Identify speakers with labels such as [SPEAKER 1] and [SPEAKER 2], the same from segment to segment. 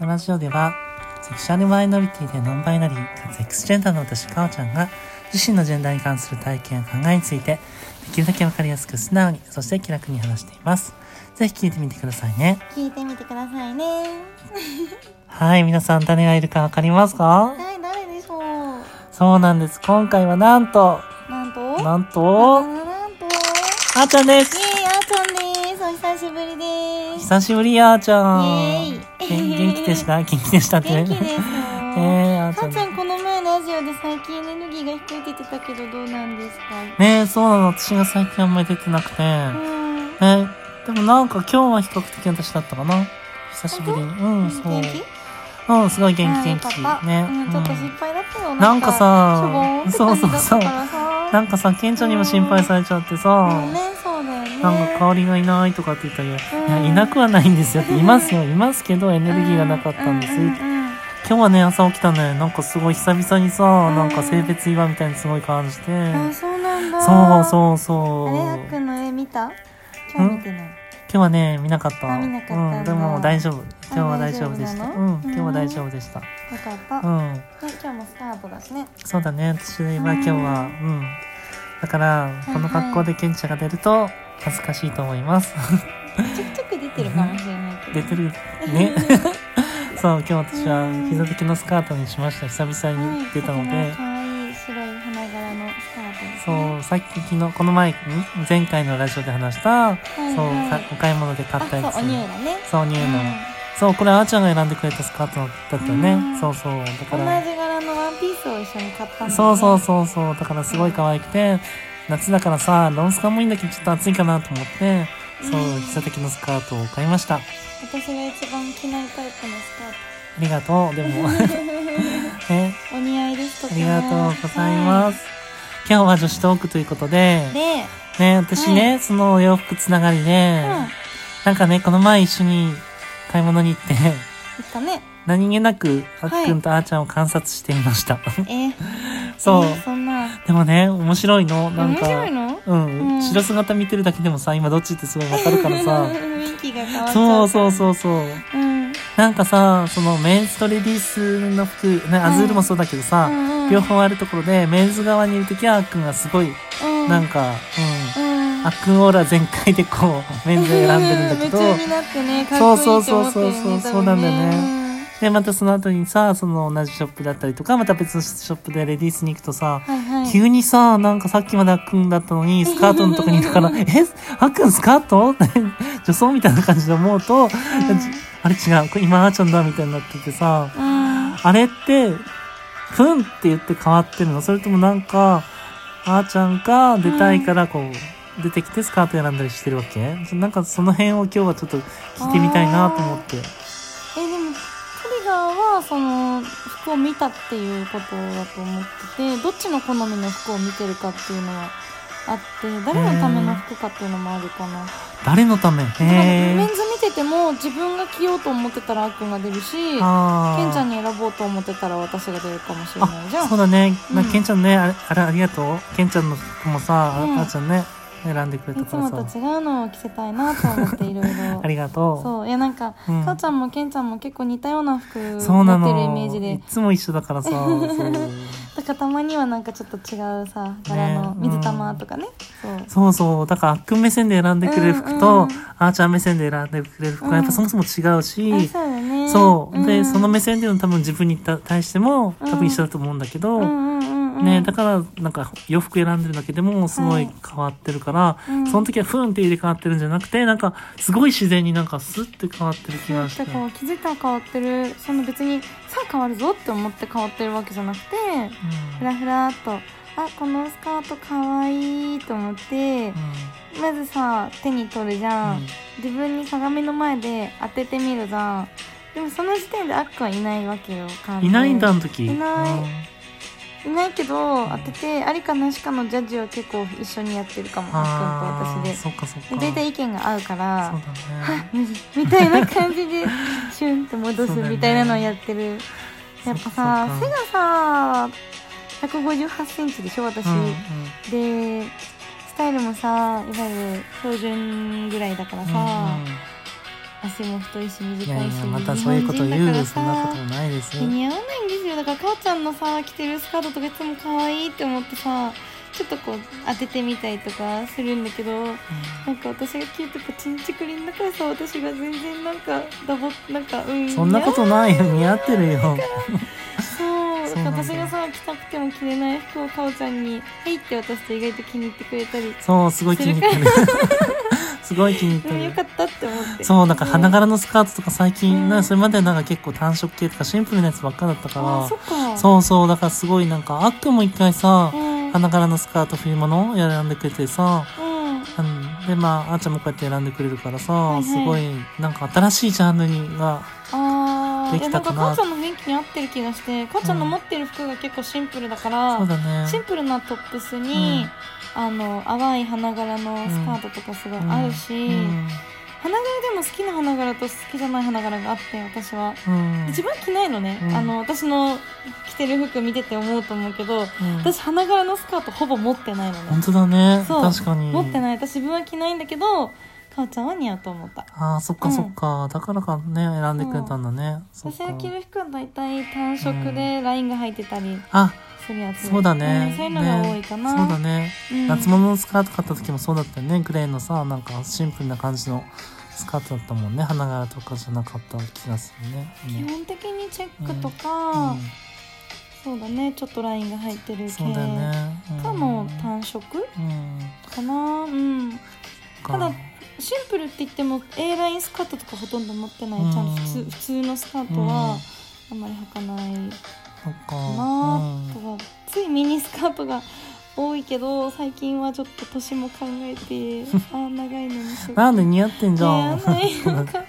[SPEAKER 1] のラジオではセクシャルマイノリティでノンバイナリーかつ X ジェンダーの私かおちゃんが自身のジェンダーに関する体験や考えについてできるだけわかりやすく素直にそして気楽に話していますぜひ聞いてみてくださいね
[SPEAKER 2] 聞いてみてくださいね
[SPEAKER 1] はい皆さん誰がいるかわかりますか
[SPEAKER 2] はい誰でしょう
[SPEAKER 1] そうなんです今回はなんと
[SPEAKER 2] なんとな
[SPEAKER 1] なんと
[SPEAKER 2] なんとイエーイ
[SPEAKER 1] あーちゃんです
[SPEAKER 2] あーちゃんですお久しぶりです
[SPEAKER 1] 久しぶりやあーちゃん
[SPEAKER 2] イエーイ
[SPEAKER 1] げん元気でした元気でしたって
[SPEAKER 2] 元気ですよ
[SPEAKER 1] えー、あーち
[SPEAKER 2] か
[SPEAKER 1] ゃ
[SPEAKER 2] お
[SPEAKER 1] ん
[SPEAKER 2] ちゃんこの前ラジオで最近エネルギーが低いって言ってたけどどうなんですか
[SPEAKER 1] ねえ、そうなの。私が最近あんまり出てなくて。ね
[SPEAKER 2] うん
[SPEAKER 1] え、でもなんか今日は比較的私だったかな。久しぶりに。うん、そう。
[SPEAKER 2] 元気
[SPEAKER 1] うん、すごい元
[SPEAKER 2] あ
[SPEAKER 1] 気
[SPEAKER 2] ーよ
[SPEAKER 1] 元
[SPEAKER 2] かっ
[SPEAKER 1] 気。
[SPEAKER 2] た
[SPEAKER 1] ね。
[SPEAKER 2] うんちょっと心配だったよ
[SPEAKER 1] なんかさ
[SPEAKER 2] しょぼーんって感じだったから
[SPEAKER 1] うん
[SPEAKER 2] さ
[SPEAKER 1] なんかさ、ケンちゃんにも心配されちゃってさ
[SPEAKER 2] うん、ねそうだよね
[SPEAKER 1] なんか香りがいないとかって言ったら、いや、
[SPEAKER 2] うん
[SPEAKER 1] いなくはないんですよって。いますよ、いますけどエネルギーがなかったんです。
[SPEAKER 2] うう
[SPEAKER 1] 今
[SPEAKER 2] うんうん
[SPEAKER 1] 日はね、朝起きたね、なんかすごい久々にさ、なんか性別岩みたいにすごい感じて。
[SPEAKER 2] あそうなんだ
[SPEAKER 1] そうそ
[SPEAKER 2] う
[SPEAKER 1] うそ
[SPEAKER 2] あ
[SPEAKER 1] う。
[SPEAKER 2] れあっくんの絵見た今日見てない
[SPEAKER 1] 今日はね見なかった
[SPEAKER 2] あ見なかったんだ
[SPEAKER 1] うん、でも大丈夫今日は大丈夫でした
[SPEAKER 2] 大丈夫な
[SPEAKER 1] う
[SPEAKER 2] の
[SPEAKER 1] ん今日は大丈夫でした
[SPEAKER 2] よかった、
[SPEAKER 1] う
[SPEAKER 2] ね
[SPEAKER 1] ん、
[SPEAKER 2] 今日もスタートだしね
[SPEAKER 1] そうだね私は今日はうんだから
[SPEAKER 2] い
[SPEAKER 1] この格好でケンちゃんが出ると恥ずかしいと思い ます
[SPEAKER 2] ちょくちょく出てるかもしれないけど
[SPEAKER 1] 出てる ねそう今日私は膝付きのスカートにしました久々に出たの
[SPEAKER 2] はい
[SPEAKER 1] で
[SPEAKER 2] とても可愛い白い花柄のスカートです、ね、
[SPEAKER 1] そうさっき昨日この前ん前回のラジオで話した
[SPEAKER 2] いはい
[SPEAKER 1] そうさお買い物で買ったや
[SPEAKER 2] あ
[SPEAKER 1] つ
[SPEAKER 2] そうお乳だね
[SPEAKER 1] そうニューのそうこれあーちゃんが選んでくれたスカートだったよねそうそうだ
[SPEAKER 2] う
[SPEAKER 1] か
[SPEAKER 2] ん、同
[SPEAKER 1] ら
[SPEAKER 2] じ柄のワンピースを一緒に買ったんだ、ね、
[SPEAKER 1] そうそうそうそうだからすごい可愛くて夏だからさロンスカもいいんだけどちょっと暑いかなと思ってそう
[SPEAKER 2] うん
[SPEAKER 1] 膝丈のスカートを買いましたあ
[SPEAKER 2] 私が一番着ないタイプのス
[SPEAKER 1] りがとう でも
[SPEAKER 2] カー
[SPEAKER 1] ね
[SPEAKER 2] トお似合いですと
[SPEAKER 1] あ
[SPEAKER 2] て
[SPEAKER 1] り
[SPEAKER 2] も
[SPEAKER 1] がとうございます今日は女子トークということで
[SPEAKER 2] はいで、
[SPEAKER 1] ね私ね、そのお洋服つながりで
[SPEAKER 2] うん、言っ
[SPEAKER 1] なんかねこの前一緒に買い物に行って
[SPEAKER 2] たね
[SPEAKER 1] 何気なくあっ
[SPEAKER 2] はい
[SPEAKER 1] くんとあーちゃんを観察していました、
[SPEAKER 2] えー、
[SPEAKER 1] そう
[SPEAKER 2] えーそんな
[SPEAKER 1] でもね面白いのなん
[SPEAKER 2] 面
[SPEAKER 1] か
[SPEAKER 2] 白いの
[SPEAKER 1] うん、
[SPEAKER 2] うん
[SPEAKER 1] 後ろ姿見てるだけでもさ今どっちってすごいわかるから さ
[SPEAKER 2] 雰囲気が変わっちゃ
[SPEAKER 1] そうそう
[SPEAKER 2] う
[SPEAKER 1] そうそう
[SPEAKER 2] うん
[SPEAKER 1] なんかさそのメンズとレディースの服、ね、アズールもそうだけどさ、
[SPEAKER 2] うんうん
[SPEAKER 1] 両方あるところでメンズ側にいる時はあっくんがすごい
[SPEAKER 2] うん
[SPEAKER 1] なんか、
[SPEAKER 2] うん
[SPEAKER 1] うん、あっくんオーラ全開でこ うメンズを選んでるんだけど
[SPEAKER 2] う夢中になってねかっこいいと思ってるよ
[SPEAKER 1] そう
[SPEAKER 2] ね
[SPEAKER 1] そうそうそう
[SPEAKER 2] 多分
[SPEAKER 1] そうなんだよねでまたその後にさその同じショップだったりとかまた別のショップでレディースに行くとさ
[SPEAKER 2] はいはい
[SPEAKER 1] 急にさ、なんかさっきまであっくんだったのに、スカートのとこにいたから、え、あっくんスカート 女装みたいな感じで思うと、あれ違う、これ今あーちゃんだみたいになっててさ、
[SPEAKER 2] うん
[SPEAKER 1] あれって、ふんって言って変わってるのそれともなんか、あーちゃんが出たいからこう、出てきてスカート選んだりしてるわけなんかその辺を今日はちょっと聞いてみたいなと思って。
[SPEAKER 2] えでもトリガーはその服を見たっていうことだと思っててどっちの好みの服を見てるかっていうのはあって誰のための服かっていうのもあるかな、
[SPEAKER 1] 誰のため
[SPEAKER 2] メ
[SPEAKER 1] へ
[SPEAKER 2] ン
[SPEAKER 1] ー。
[SPEAKER 2] ズ見てても自分が着ようと思ってたらあっくんが出るしケンち
[SPEAKER 1] あー
[SPEAKER 2] ゃんに選ぼうと思ってたら私が出るかもしれないじゃん
[SPEAKER 1] あそうだね、な
[SPEAKER 2] うん
[SPEAKER 1] ケンちゃんねあれあれありがとうケンちゃんの服もさ、
[SPEAKER 2] うん
[SPEAKER 1] あーちゃんね選んでくれた
[SPEAKER 2] いつ
[SPEAKER 1] から
[SPEAKER 2] もと
[SPEAKER 1] さ
[SPEAKER 2] 違うのを着せたいなと思っていろい
[SPEAKER 1] あ
[SPEAKER 2] ろ
[SPEAKER 1] りがと
[SPEAKER 2] そういやなんか、
[SPEAKER 1] う、うん
[SPEAKER 2] かおちゃんもけんちゃんも結構似たような服持ってるイ
[SPEAKER 1] そうなの
[SPEAKER 2] メージ
[SPEAKER 1] い
[SPEAKER 2] で
[SPEAKER 1] つも一緒だから さそう
[SPEAKER 2] だからたまにはなんかちょっと違うさ柄の
[SPEAKER 1] ね
[SPEAKER 2] 水玉とかねそう
[SPEAKER 1] そうそうだからあっくん目線で選んでくれる服と、
[SPEAKER 2] うんうん
[SPEAKER 1] あーちゃん目線で選んでくれる服はやっぱそもそも違うし、
[SPEAKER 2] あそうだね
[SPEAKER 1] そう、
[SPEAKER 2] う
[SPEAKER 1] で
[SPEAKER 2] ん
[SPEAKER 1] その目線での多分自分にた対しても多
[SPEAKER 2] うん
[SPEAKER 1] 分一緒だと思うんだけど、
[SPEAKER 2] うんうんうんうん
[SPEAKER 1] ね、だからなんか洋服選んでるだけでもすごい変わってるから、
[SPEAKER 2] うん
[SPEAKER 1] その時はフンって入れ替わってるんじゃなくてなんかすごい自然になんかスッて変わってる気
[SPEAKER 2] な
[SPEAKER 1] が
[SPEAKER 2] ん
[SPEAKER 1] して
[SPEAKER 2] かこう気づいたら変わってるその別にさあ変わるぞって思って変わってるわけじゃなくてふ
[SPEAKER 1] うん
[SPEAKER 2] らふらっとあこのスカートかわいいと思ってまずさ手に取るじゃん、自分に鏡の前で当ててみるじゃんでもその時点であっくんはいないわけよ完
[SPEAKER 1] うん
[SPEAKER 2] 全
[SPEAKER 1] い
[SPEAKER 2] に
[SPEAKER 1] ないんだあの時
[SPEAKER 2] いない
[SPEAKER 1] うん
[SPEAKER 2] いないけど当ててありかなしかのジャッジは結構一緒にやってるかもあっ
[SPEAKER 1] あ
[SPEAKER 2] くんと
[SPEAKER 1] ー
[SPEAKER 2] 私
[SPEAKER 1] そっかそっか
[SPEAKER 2] でで大体意見が合うか
[SPEAKER 1] そう
[SPEAKER 2] ら
[SPEAKER 1] だね
[SPEAKER 2] 「無理」みたいな感 じでシュンって戻す
[SPEAKER 1] そうだね
[SPEAKER 2] みたいなのをやってる、やっぱさ
[SPEAKER 1] そ
[SPEAKER 2] 背
[SPEAKER 1] っか
[SPEAKER 2] がさ1 5 8ンチでしょ私、
[SPEAKER 1] うんうん
[SPEAKER 2] でスタイルもさいわゆる標準ぐらいだからさ、
[SPEAKER 1] うんうん
[SPEAKER 2] 足も太いし短いし
[SPEAKER 1] いやいやまたそういうこと言うそんなこともないです
[SPEAKER 2] え似合わないんですよだからかおちゃんのさ着てるスカートとかいつも可愛いって思ってさちょっとこう当ててみたりとかするんだけどなんか私が聞いてこうちんちくりんだからさ私が全然なんかダボなんかうん
[SPEAKER 1] そんなことないよ似合ってるよ
[SPEAKER 2] そう
[SPEAKER 1] そうなんだ
[SPEAKER 2] 私がさ着たくても着れない服をかおちゃんに「はい」って渡すと意外と気に入ってくれたり
[SPEAKER 1] そうすごい気に入って るすごい気に入っ
[SPEAKER 2] でもよ
[SPEAKER 1] て
[SPEAKER 2] か
[SPEAKER 1] る
[SPEAKER 2] ったって思って
[SPEAKER 1] そうなんか花
[SPEAKER 2] が
[SPEAKER 1] 柄のスカートとか最近、
[SPEAKER 2] うん
[SPEAKER 1] それまではなんか結構単色系とかシンプルなやつばっかだった
[SPEAKER 2] あそ
[SPEAKER 1] か
[SPEAKER 2] っから
[SPEAKER 1] そうそうだからすごいなんかあっくんも一回さ
[SPEAKER 2] うん
[SPEAKER 1] 花柄のスカート冬物を選んでくれてさ
[SPEAKER 2] うん
[SPEAKER 1] うんでまああーちゃんもこうやって選んでくれるからさ、
[SPEAKER 2] いはい
[SPEAKER 1] すごいなんか新しいジャンルにが
[SPEAKER 2] ああ
[SPEAKER 1] で
[SPEAKER 2] いや
[SPEAKER 1] き
[SPEAKER 2] な
[SPEAKER 1] た
[SPEAKER 2] んか
[SPEAKER 1] かな
[SPEAKER 2] かおちゃんの雰囲気に合ってる気がしてかおちゃんの持ってる服が結構シンプルだから、
[SPEAKER 1] そうだね
[SPEAKER 2] シンプルなトップスに、あの淡い花柄のスカートとかすごい合うし、
[SPEAKER 1] うん
[SPEAKER 2] 花柄でも好きな花柄と好きじゃない花柄があって私は
[SPEAKER 1] うん
[SPEAKER 2] 自分は着ないのね、
[SPEAKER 1] うん
[SPEAKER 2] あの私の着てる服見てて思うと思うけど
[SPEAKER 1] うん
[SPEAKER 2] 私花柄のスカートほぼ持ってないの
[SPEAKER 1] 本
[SPEAKER 2] ね
[SPEAKER 1] 当だね
[SPEAKER 2] そう
[SPEAKER 1] 確かに
[SPEAKER 2] 持ってない私自分は着ないんだけどかおちゃんは似合うと思った
[SPEAKER 1] ああそっ
[SPEAKER 2] う
[SPEAKER 1] か
[SPEAKER 2] ん
[SPEAKER 1] そっか、だからかね選んでくれたんだね、そっ
[SPEAKER 2] 私
[SPEAKER 1] か
[SPEAKER 2] が着る服は大体単色でラインが入ってたり
[SPEAKER 1] あ
[SPEAKER 2] するやつ、
[SPEAKER 1] そうだね、
[SPEAKER 2] んそういうのが多いかな、
[SPEAKER 1] ねそうだね、
[SPEAKER 2] うん
[SPEAKER 1] 夏物のスカート買った時もそうだったよねグレーのさなんかシンプルな感じのスカートだったもんね花柄とかじゃなかった気がするね、うん
[SPEAKER 2] 基本的にチェックとか、
[SPEAKER 1] うん
[SPEAKER 2] そうだねちょっとラインが入ってる
[SPEAKER 1] そう
[SPEAKER 2] 系
[SPEAKER 1] だよね、うん
[SPEAKER 2] かも単色
[SPEAKER 1] うん
[SPEAKER 2] かなうん
[SPEAKER 1] か
[SPEAKER 2] ただシンプルって言っても A ラインスカートとかほとんど持ってない、
[SPEAKER 1] うん
[SPEAKER 2] ちゃんと普通普通のスカート
[SPEAKER 1] う
[SPEAKER 2] は
[SPEAKER 1] ん
[SPEAKER 2] あんまり履かない
[SPEAKER 1] そっか
[SPEAKER 2] か
[SPEAKER 1] う
[SPEAKER 2] な、
[SPEAKER 1] ん
[SPEAKER 2] とかついミニスカートが多いけど最近はちょっと年も考え てあー長いのにすごい
[SPEAKER 1] なんで似合ってんじゃ
[SPEAKER 2] や
[SPEAKER 1] ん
[SPEAKER 2] ないのか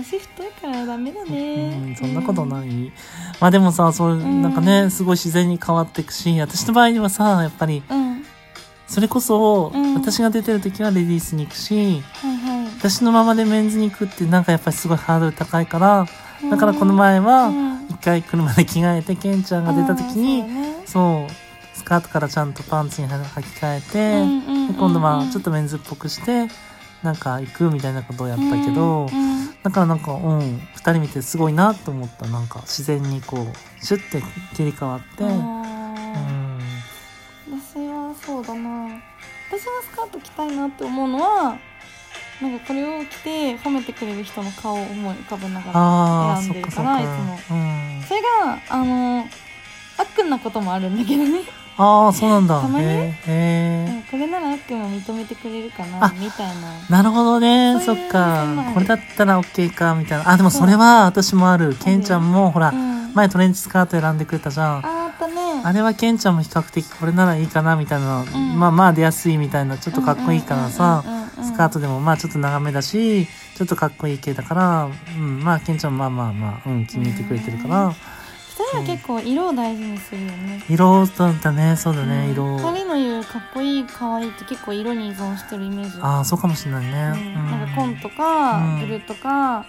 [SPEAKER 2] 足太いからダメだ
[SPEAKER 1] う
[SPEAKER 2] ね
[SPEAKER 1] ん、そんなことない、まあでもさそう
[SPEAKER 2] うん
[SPEAKER 1] なんかねすごい自然に変わっていくし私の場合にはさやっぱり
[SPEAKER 2] うん
[SPEAKER 1] それこそ、
[SPEAKER 2] うん
[SPEAKER 1] 私が出てる時はレディースに行くし
[SPEAKER 2] はいは
[SPEAKER 1] 私のままでメンズに行くってなんかやっぱりすごいハードル高いから
[SPEAKER 2] い
[SPEAKER 1] だからこの前
[SPEAKER 2] う
[SPEAKER 1] は
[SPEAKER 2] ん
[SPEAKER 1] 一回車で着替えてケンちゃんが出た時
[SPEAKER 2] あーそうだ
[SPEAKER 1] に
[SPEAKER 2] ね
[SPEAKER 1] そうスカートからちゃんとパンツに履き替
[SPEAKER 2] うん
[SPEAKER 1] え
[SPEAKER 2] うんうんう
[SPEAKER 1] て
[SPEAKER 2] ん
[SPEAKER 1] で今度はちょっとメンズっぽくしてなんか行くみたいなことをやったけど
[SPEAKER 2] うんうん
[SPEAKER 1] だからなんかうん2人見てすごいなと思ったなんか自然にこうシュッて切り替わってうん
[SPEAKER 2] あー私はそうだな私がスカート着たいなって思うのはなんかこれを着て褒めてくれる人の顔を思い浮かべなが
[SPEAKER 1] あ
[SPEAKER 2] ら
[SPEAKER 1] あ
[SPEAKER 2] 選
[SPEAKER 1] そ
[SPEAKER 2] ん
[SPEAKER 1] っ
[SPEAKER 2] で
[SPEAKER 1] か
[SPEAKER 2] る
[SPEAKER 1] そ
[SPEAKER 2] か
[SPEAKER 1] っ
[SPEAKER 2] ら
[SPEAKER 1] か
[SPEAKER 2] いつも
[SPEAKER 1] うん
[SPEAKER 2] それがあのあっくんなこともあるんだけどね、
[SPEAKER 1] ああそうなんだ
[SPEAKER 2] たまに
[SPEAKER 1] へえ
[SPEAKER 2] うんこれならあっくんも認めてくれるかな
[SPEAKER 1] あ
[SPEAKER 2] みたい
[SPEAKER 1] な
[SPEAKER 2] な
[SPEAKER 1] るほどねそ
[SPEAKER 2] そういう
[SPEAKER 1] っ
[SPEAKER 2] のもあ
[SPEAKER 1] か
[SPEAKER 2] る
[SPEAKER 1] これだったら OK かみたいなあでもそれは私もあるケンちゃんもほら
[SPEAKER 2] うん
[SPEAKER 1] 前トレンチスカート選んでくれたじゃん
[SPEAKER 2] ああったね
[SPEAKER 1] あれはケンちゃんも比較的これならいいかなみたいな、
[SPEAKER 2] ん
[SPEAKER 1] まあまあ出やすいみたいなちょっとかっこいいからさ、
[SPEAKER 2] うんうんうんうんうん
[SPEAKER 1] スカートでもまあちょっと長めだし、ちょっとかっこいい系だから、うん、まあケンちゃんまあまあまあ、うん、気に入ってくれてるから、
[SPEAKER 2] 二人は結構色を大事にするよね
[SPEAKER 1] 色だったね、そうだね、色。
[SPEAKER 2] 二人の言うかっこいい可愛いって結構色に依存してるイメージ
[SPEAKER 1] ああ、そうかもしれないね。
[SPEAKER 2] うん
[SPEAKER 1] うん
[SPEAKER 2] なんか紺とか、
[SPEAKER 1] うん
[SPEAKER 2] ブルーとか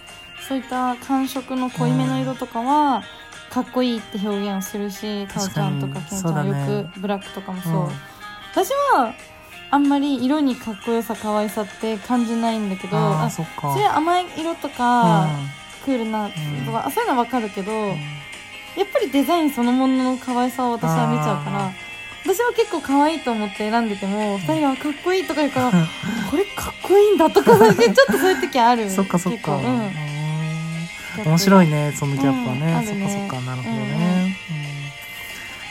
[SPEAKER 2] そういった感触の濃いめの色とかは、かっこいいって表現をするしかお
[SPEAKER 1] 確
[SPEAKER 2] ち
[SPEAKER 1] か
[SPEAKER 2] ゃ
[SPEAKER 1] に
[SPEAKER 2] んとかけんち
[SPEAKER 1] そう
[SPEAKER 2] ゃ
[SPEAKER 1] だ
[SPEAKER 2] ん、
[SPEAKER 1] ね
[SPEAKER 2] よくブラックとかもそう、
[SPEAKER 1] うん
[SPEAKER 2] 私はあんまり色にかっこよさ可愛さって感じないんだけど
[SPEAKER 1] ああ、
[SPEAKER 2] あ
[SPEAKER 1] そっか。
[SPEAKER 2] それは甘い色とか、クールな、とかあそういうのはわかるけど、
[SPEAKER 1] うんうん
[SPEAKER 2] やっぱりデザインそのものの可愛さを私は見ちゃうから
[SPEAKER 1] あ
[SPEAKER 2] 私は結構可愛いと思って選んでても2人はかっこいいとか言 うからこれかっこいいんだとかちょっとそういう時ある
[SPEAKER 1] そっかそっ
[SPEAKER 2] 結構
[SPEAKER 1] か。
[SPEAKER 2] う
[SPEAKER 1] うんん面
[SPEAKER 2] い
[SPEAKER 1] 白いね、そのギャップは
[SPEAKER 2] うんあ
[SPEAKER 1] ね。そ
[SPEAKER 2] る
[SPEAKER 1] っか
[SPEAKER 2] ね
[SPEAKER 1] そっか、なるほどね。うん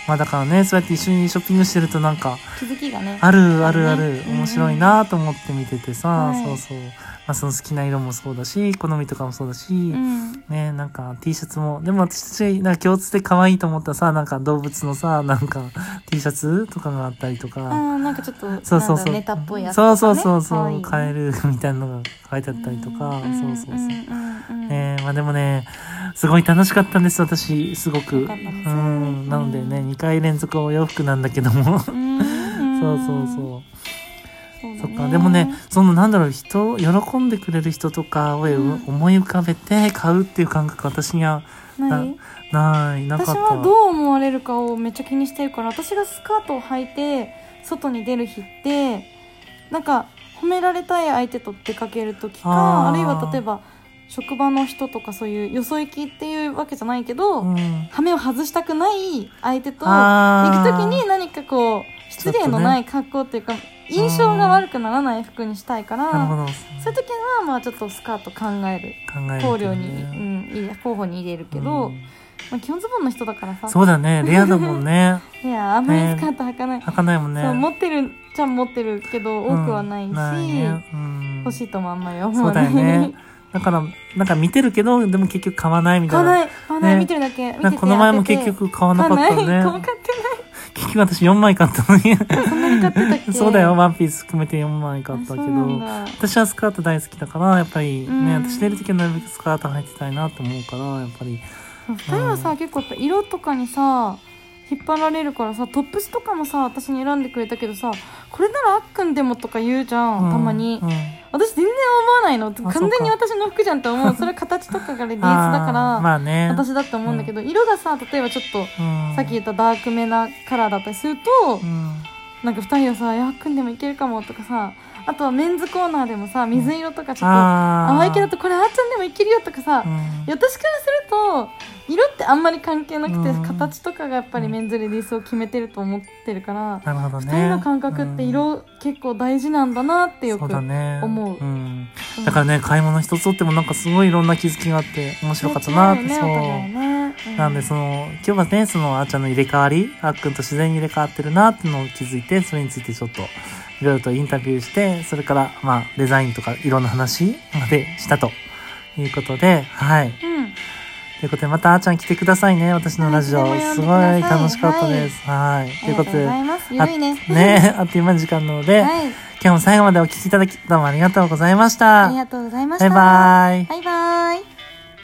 [SPEAKER 1] まあだからね、そうやって一緒にショッピングしてるとなんか、
[SPEAKER 2] 気づきがね
[SPEAKER 1] あるあるある
[SPEAKER 2] ね
[SPEAKER 1] 面白いなと思って見ててさ、
[SPEAKER 2] はい
[SPEAKER 1] そうそう、まあ、その好きな色もそうだし好みとかもそうだし、
[SPEAKER 2] うん
[SPEAKER 1] ねなんか T シャツもでも私たちなんか共通で可愛いと思ったさなんか動物のさなんか T シャツとかがあったりと
[SPEAKER 2] あ
[SPEAKER 1] か
[SPEAKER 2] ーなんかちょっとなん
[SPEAKER 1] そうそう
[SPEAKER 2] だ
[SPEAKER 1] そう
[SPEAKER 2] ネタっぽいやつとか、
[SPEAKER 1] そ
[SPEAKER 2] ね、
[SPEAKER 1] うそうそうそう、
[SPEAKER 2] 可
[SPEAKER 1] カ
[SPEAKER 2] 愛い
[SPEAKER 1] エルみたいなのが書いてあったりとか、
[SPEAKER 2] ん
[SPEAKER 1] そうそうそう。
[SPEAKER 2] んうんうん
[SPEAKER 1] ねまあでもねすごい楽しかったんです私すごく、
[SPEAKER 2] よかったですね
[SPEAKER 1] うんなのでね2回連続お洋服なんだけどもそう
[SPEAKER 2] うんう ん
[SPEAKER 1] そうそう
[SPEAKER 2] そうだね
[SPEAKER 1] そっかでもねそのなんだろう人喜んでくれる人とかを
[SPEAKER 2] うん
[SPEAKER 1] 思い浮かべて買うっていう感覚私には
[SPEAKER 2] 何
[SPEAKER 1] ないなかった
[SPEAKER 2] 私はどう思われるかをめっちゃ気にしてるから私がスカートを履いて外に出る日ってなんか褒められたい相手と出かける時
[SPEAKER 1] あー
[SPEAKER 2] かあるいは例えば職場の人とかそういうよそ行きっていうわけじゃないけど、
[SPEAKER 1] うん
[SPEAKER 2] 羽目を外したくない相手と行
[SPEAKER 1] あ
[SPEAKER 2] く
[SPEAKER 1] ー
[SPEAKER 2] 時に何かこう失礼のない格好っていうか、印象が悪くならない服にしたいか
[SPEAKER 1] なるほ
[SPEAKER 2] ら
[SPEAKER 1] ど
[SPEAKER 2] そういう時はまあちょっとスカート考える
[SPEAKER 1] 考えると
[SPEAKER 2] 考
[SPEAKER 1] ね
[SPEAKER 2] 慮に、うん入れ、候補に入れるけど、
[SPEAKER 1] うん
[SPEAKER 2] まあ、基本ズボンの人だからさ
[SPEAKER 1] そうだねレアだもん ね
[SPEAKER 2] いやあんまりスカート履かない、
[SPEAKER 1] 履かないもんね
[SPEAKER 2] そう持ってるじゃん持ってるけど多くはないし、
[SPEAKER 1] うんないねうん
[SPEAKER 2] 欲しいともあんまり思
[SPEAKER 1] そう
[SPEAKER 2] わな
[SPEAKER 1] だよ
[SPEAKER 2] い
[SPEAKER 1] ねだからなんか見てるけどでも結局買わないみた
[SPEAKER 2] 買わ
[SPEAKER 1] いな
[SPEAKER 2] ない買わない、
[SPEAKER 1] ね
[SPEAKER 2] 見てるだけ見てて
[SPEAKER 1] なんかこの前も
[SPEAKER 2] 当て
[SPEAKER 1] 結
[SPEAKER 2] て
[SPEAKER 1] 局買わな
[SPEAKER 2] 買
[SPEAKER 1] か
[SPEAKER 2] わ
[SPEAKER 1] っ
[SPEAKER 2] な
[SPEAKER 1] た
[SPEAKER 2] い買わな
[SPEAKER 1] ね
[SPEAKER 2] かっ
[SPEAKER 1] 結局私4枚買ったの に
[SPEAKER 2] てないそんなに買ってたっけ
[SPEAKER 1] そうだよワンピース含めて4枚買ったけ
[SPEAKER 2] あそうなん
[SPEAKER 1] ど
[SPEAKER 2] だ
[SPEAKER 1] 私はスカート大好きだからやっぱりね
[SPEAKER 2] うん
[SPEAKER 1] 私出る時はなるべくスカート履いてたいなと思うからやっぱり
[SPEAKER 2] 二人はさ、結構やっぱ色とかにさ引っ張られるからさトップスとかもさ私に選んでくれたけどさこれならあっくんでもとか言うじゃん、
[SPEAKER 1] うん
[SPEAKER 2] たまに、
[SPEAKER 1] うん
[SPEAKER 2] 私全然思わないの完全に
[SPEAKER 1] そう
[SPEAKER 2] 私の服じゃんって思うそれは形とかがレディースだか
[SPEAKER 1] あ
[SPEAKER 2] ら、
[SPEAKER 1] ーまあね
[SPEAKER 2] 私だって思うんだけど、色がさ例えばちょっと
[SPEAKER 1] うん
[SPEAKER 2] さっき言ったダークめなカラーだったりすると、
[SPEAKER 1] うん
[SPEAKER 2] なんか二人はさ「いやあっくんでもいけるかも」とかさあとはメンズコーナーでもさ水色とかちょっと
[SPEAKER 1] あー
[SPEAKER 2] 淡い系だとこれあっちゃんでもいけるよとかさ、
[SPEAKER 1] うん
[SPEAKER 2] 私からすると色ってあんまり関係なくて、
[SPEAKER 1] うん
[SPEAKER 2] 形とかがやっぱりメンズレディースを決めてると思ってるから、
[SPEAKER 1] なるほどね
[SPEAKER 2] 二人の感覚って
[SPEAKER 1] っ
[SPEAKER 2] 色結構大事なんだなって
[SPEAKER 1] て
[SPEAKER 2] よく、
[SPEAKER 1] だね
[SPEAKER 2] 思う
[SPEAKER 1] うんだからね買い物一つとってもなんかすごいいろんな気づきがあって面白かったなって、
[SPEAKER 2] ね違う
[SPEAKER 1] そう
[SPEAKER 2] よねお互いねうん
[SPEAKER 1] なんでその今日はねそのあーちゃんの入れ替わりあっくんと自然に入れ替わってるなっていうのを気づいてそれについてちょっといろいろとインタビューしてそれからまあデザインとかいろんな話までしたということではい
[SPEAKER 2] うん
[SPEAKER 1] ということでまたあーちゃん来てくださいね私のラジオ
[SPEAKER 2] はい
[SPEAKER 1] す
[SPEAKER 2] 来て
[SPEAKER 1] ご
[SPEAKER 2] もらえ
[SPEAKER 1] い
[SPEAKER 2] てくだ
[SPEAKER 1] 楽
[SPEAKER 2] さい
[SPEAKER 1] しかったですはい
[SPEAKER 2] あ
[SPEAKER 1] とい
[SPEAKER 2] り
[SPEAKER 1] うこ
[SPEAKER 2] が
[SPEAKER 1] とと
[SPEAKER 2] うご
[SPEAKER 1] で
[SPEAKER 2] ざいますゆるいね
[SPEAKER 1] ねあっという間の時間なので、
[SPEAKER 2] はい
[SPEAKER 1] 今日も最後までお聞きいただきどうもありがとうございました
[SPEAKER 2] ありがとうございまし
[SPEAKER 1] バイ
[SPEAKER 2] た
[SPEAKER 1] バイ
[SPEAKER 2] バイバイ